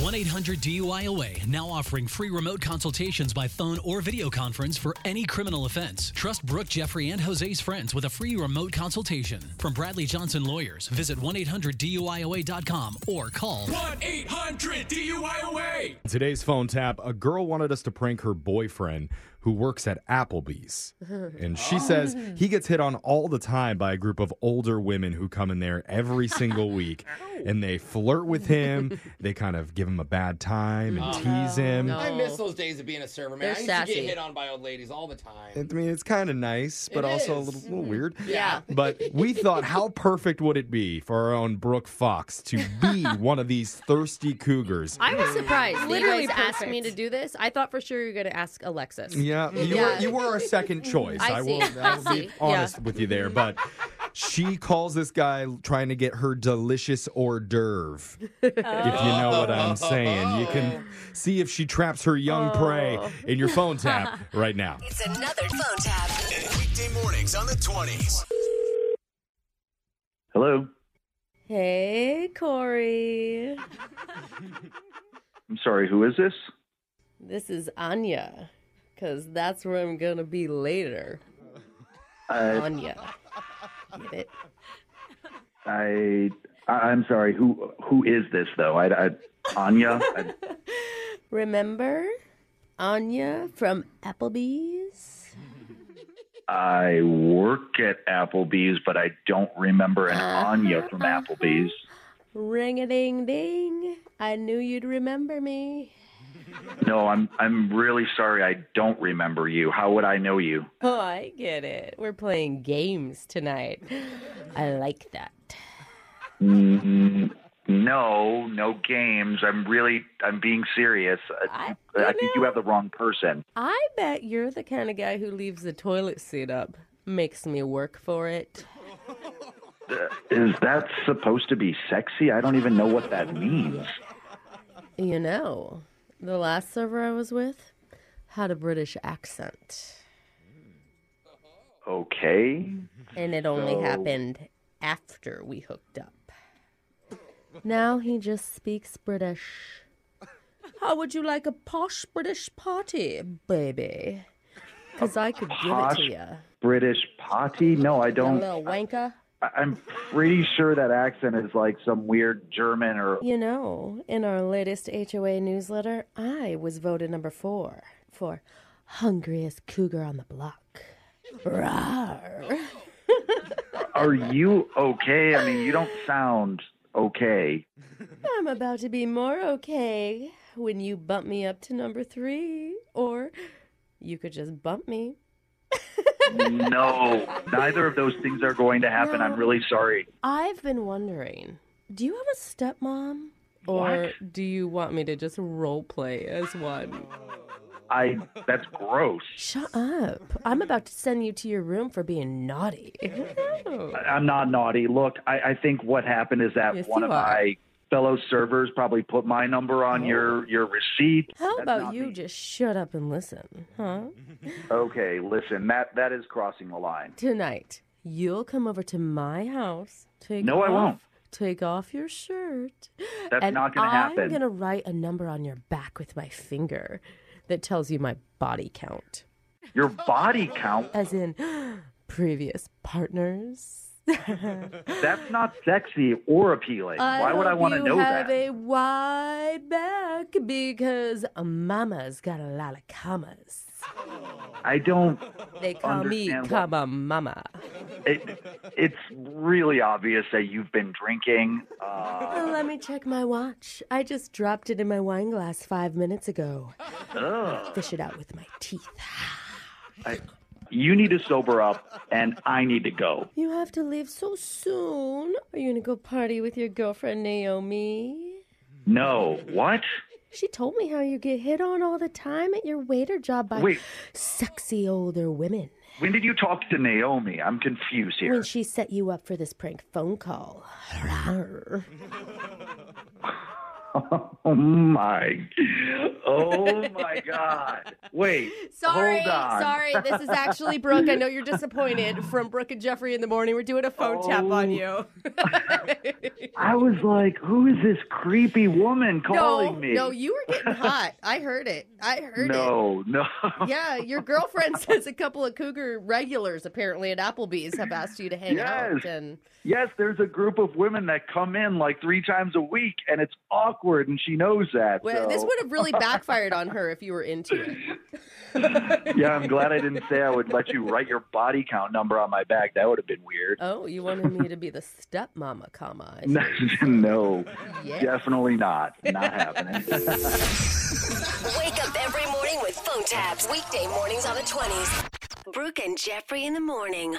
1 800 DUIOA now offering free remote consultations by phone or video conference for any criminal offense. Trust Brooke, Jeffrey, and Jose's friends with a free remote consultation. From Bradley Johnson Lawyers, visit 1 800 DUIOA.com or call 1 800 DUIOA. Today's phone tap a girl wanted us to prank her boyfriend who works at Applebee's. And Oh. she says he gets hit on all the time by a group of older women who come in there every single week and they flirt with him. they kind of give him a bad time Oh, and tease him. I miss those days of being a server, man. They're I used to sassy. get hit on by old ladies all the time. I mean, it's kind of nice, but It also a is. Mm-hmm. little, little weird. Yeah. But we thought, how perfect would it be for our own Brooke Fox to be one of these thirsty cougars? I was surprised. that Literally you guys asked me perfect. to do this. I thought for sure you were going to ask Alexis. Yeah, you were Mm-hmm. Yeah. Mm-hmm. you were our second choice. I I, see. will, I I will be see. honest with you there, but she calls this guy trying to get her delicious hors d'oeuvre. If you know what I'm saying, you Oh. can see if she traps her young prey in your phone tap right now. It's another phone tap. Weekday mornings on the 20s. Hello. Hey, Corey. I'm sorry. Who is this? This is Anya, because that's where I'm going to be later. I, Anya. Get it? I, I I'm sorry. Who who is this though? I, I Anya. I, Remember Anya from Applebee's? I work at Applebee's, but I don't remember an Anya from Applebee's. Ring a ding ding. I knew you'd remember me. No, I'm I'm really sorry. I don't remember you. How would I know you? Oh, I get it. We're playing games tonight. I like that. Mm, No, no games. I'm really I'm being serious. I, I- I think you have the wrong person. I bet you're the kind of guy who leaves the toilet seat up. Makes me work for it. Is that supposed to be sexy? I don't even know what that means. You know, the last server I was with had a British accent. Okay. And it only So- happened after we hooked up. Now he just speaks British. How would you like a posh British party, baby? Because I could give it posh- to you. British potty? No, I You don't. little wanker. I- I'm pretty sure that accent is like some weird German or. You know, in our latest HOA newsletter, I was voted number four for hungriest cougar on the block. Rawr. Are you okay? I mean, you don't sound okay. I'm about to be more okay when you bump me up to number three, or you could just bump me. No, neither of those things are going to happen. I'm really sorry. I've been wondering do you have a stepmom? Or do you want me to just role play as one? I. That's gross. Shut up. I'm about to send you to your room for being naughty. I- I'm not naughty. Look, I, I think what happened is that Yes, one you of are. my fellow servers probably put my number on your your receipt. How That's about not you me. Mm-hmm. just shut up and listen, huh? Okay, listen. That that is crossing the line. Tonight, you'll come over to my house. Take No, I off- won't. Take off your shirt. That's and not gonna I'm happen. gonna write a number on your back with my finger that tells you my body count, Your body count. as in previous partners. That's not sexy or appealing. Why would I hope want to you know have that? a wide back because Mama's got a lot of commas. I don't. They call me Understand what- comma mama. It, it's really obvious that you've been drinking. Uh, Oh, let me check my watch. I just dropped it in my wine glass five minutes ago. Oh. Fish it out with my teeth. you need to sober up, and I need to go. You have to leave so soon. Are you gonna go party with your girlfriend Naomi? No, what? She told me how you get hit on all the time at your waiter job by Wait. sexy older women. When did you talk to Naomi? I'm confused When here. she set you up for this prank phone call. Rawr. Oh my. Oh my God. Wait. Sorry, Hold on. sorry. This is actually Brooke. I know you're disappointed. From Brooke and Jeffrey in the morning, we're doing a phone tap Oh. on you. I was like, who is this creepy woman no, calling me? no, you were getting hot. I heard it. I heard it. no, no. Yeah, your girlfriend says a couple of Cougar regulars apparently at Applebee's have asked you to hang out, Yes. and Yes, there's a group of women that come in like three times a week, and it's awkward, and she knows that. well, this so- would have really backfired on her if you were into it. yeah, I'm glad I didn't say I would let you write your body count number on my back. That would have been weird. Oh, you wanted me to be the stepmama, comma? I see. no, Yeah. definitely not. Not happening. Wake up every morning with phone taps. Weekday mornings on the 20s. Brooke and Jeffrey in the morning.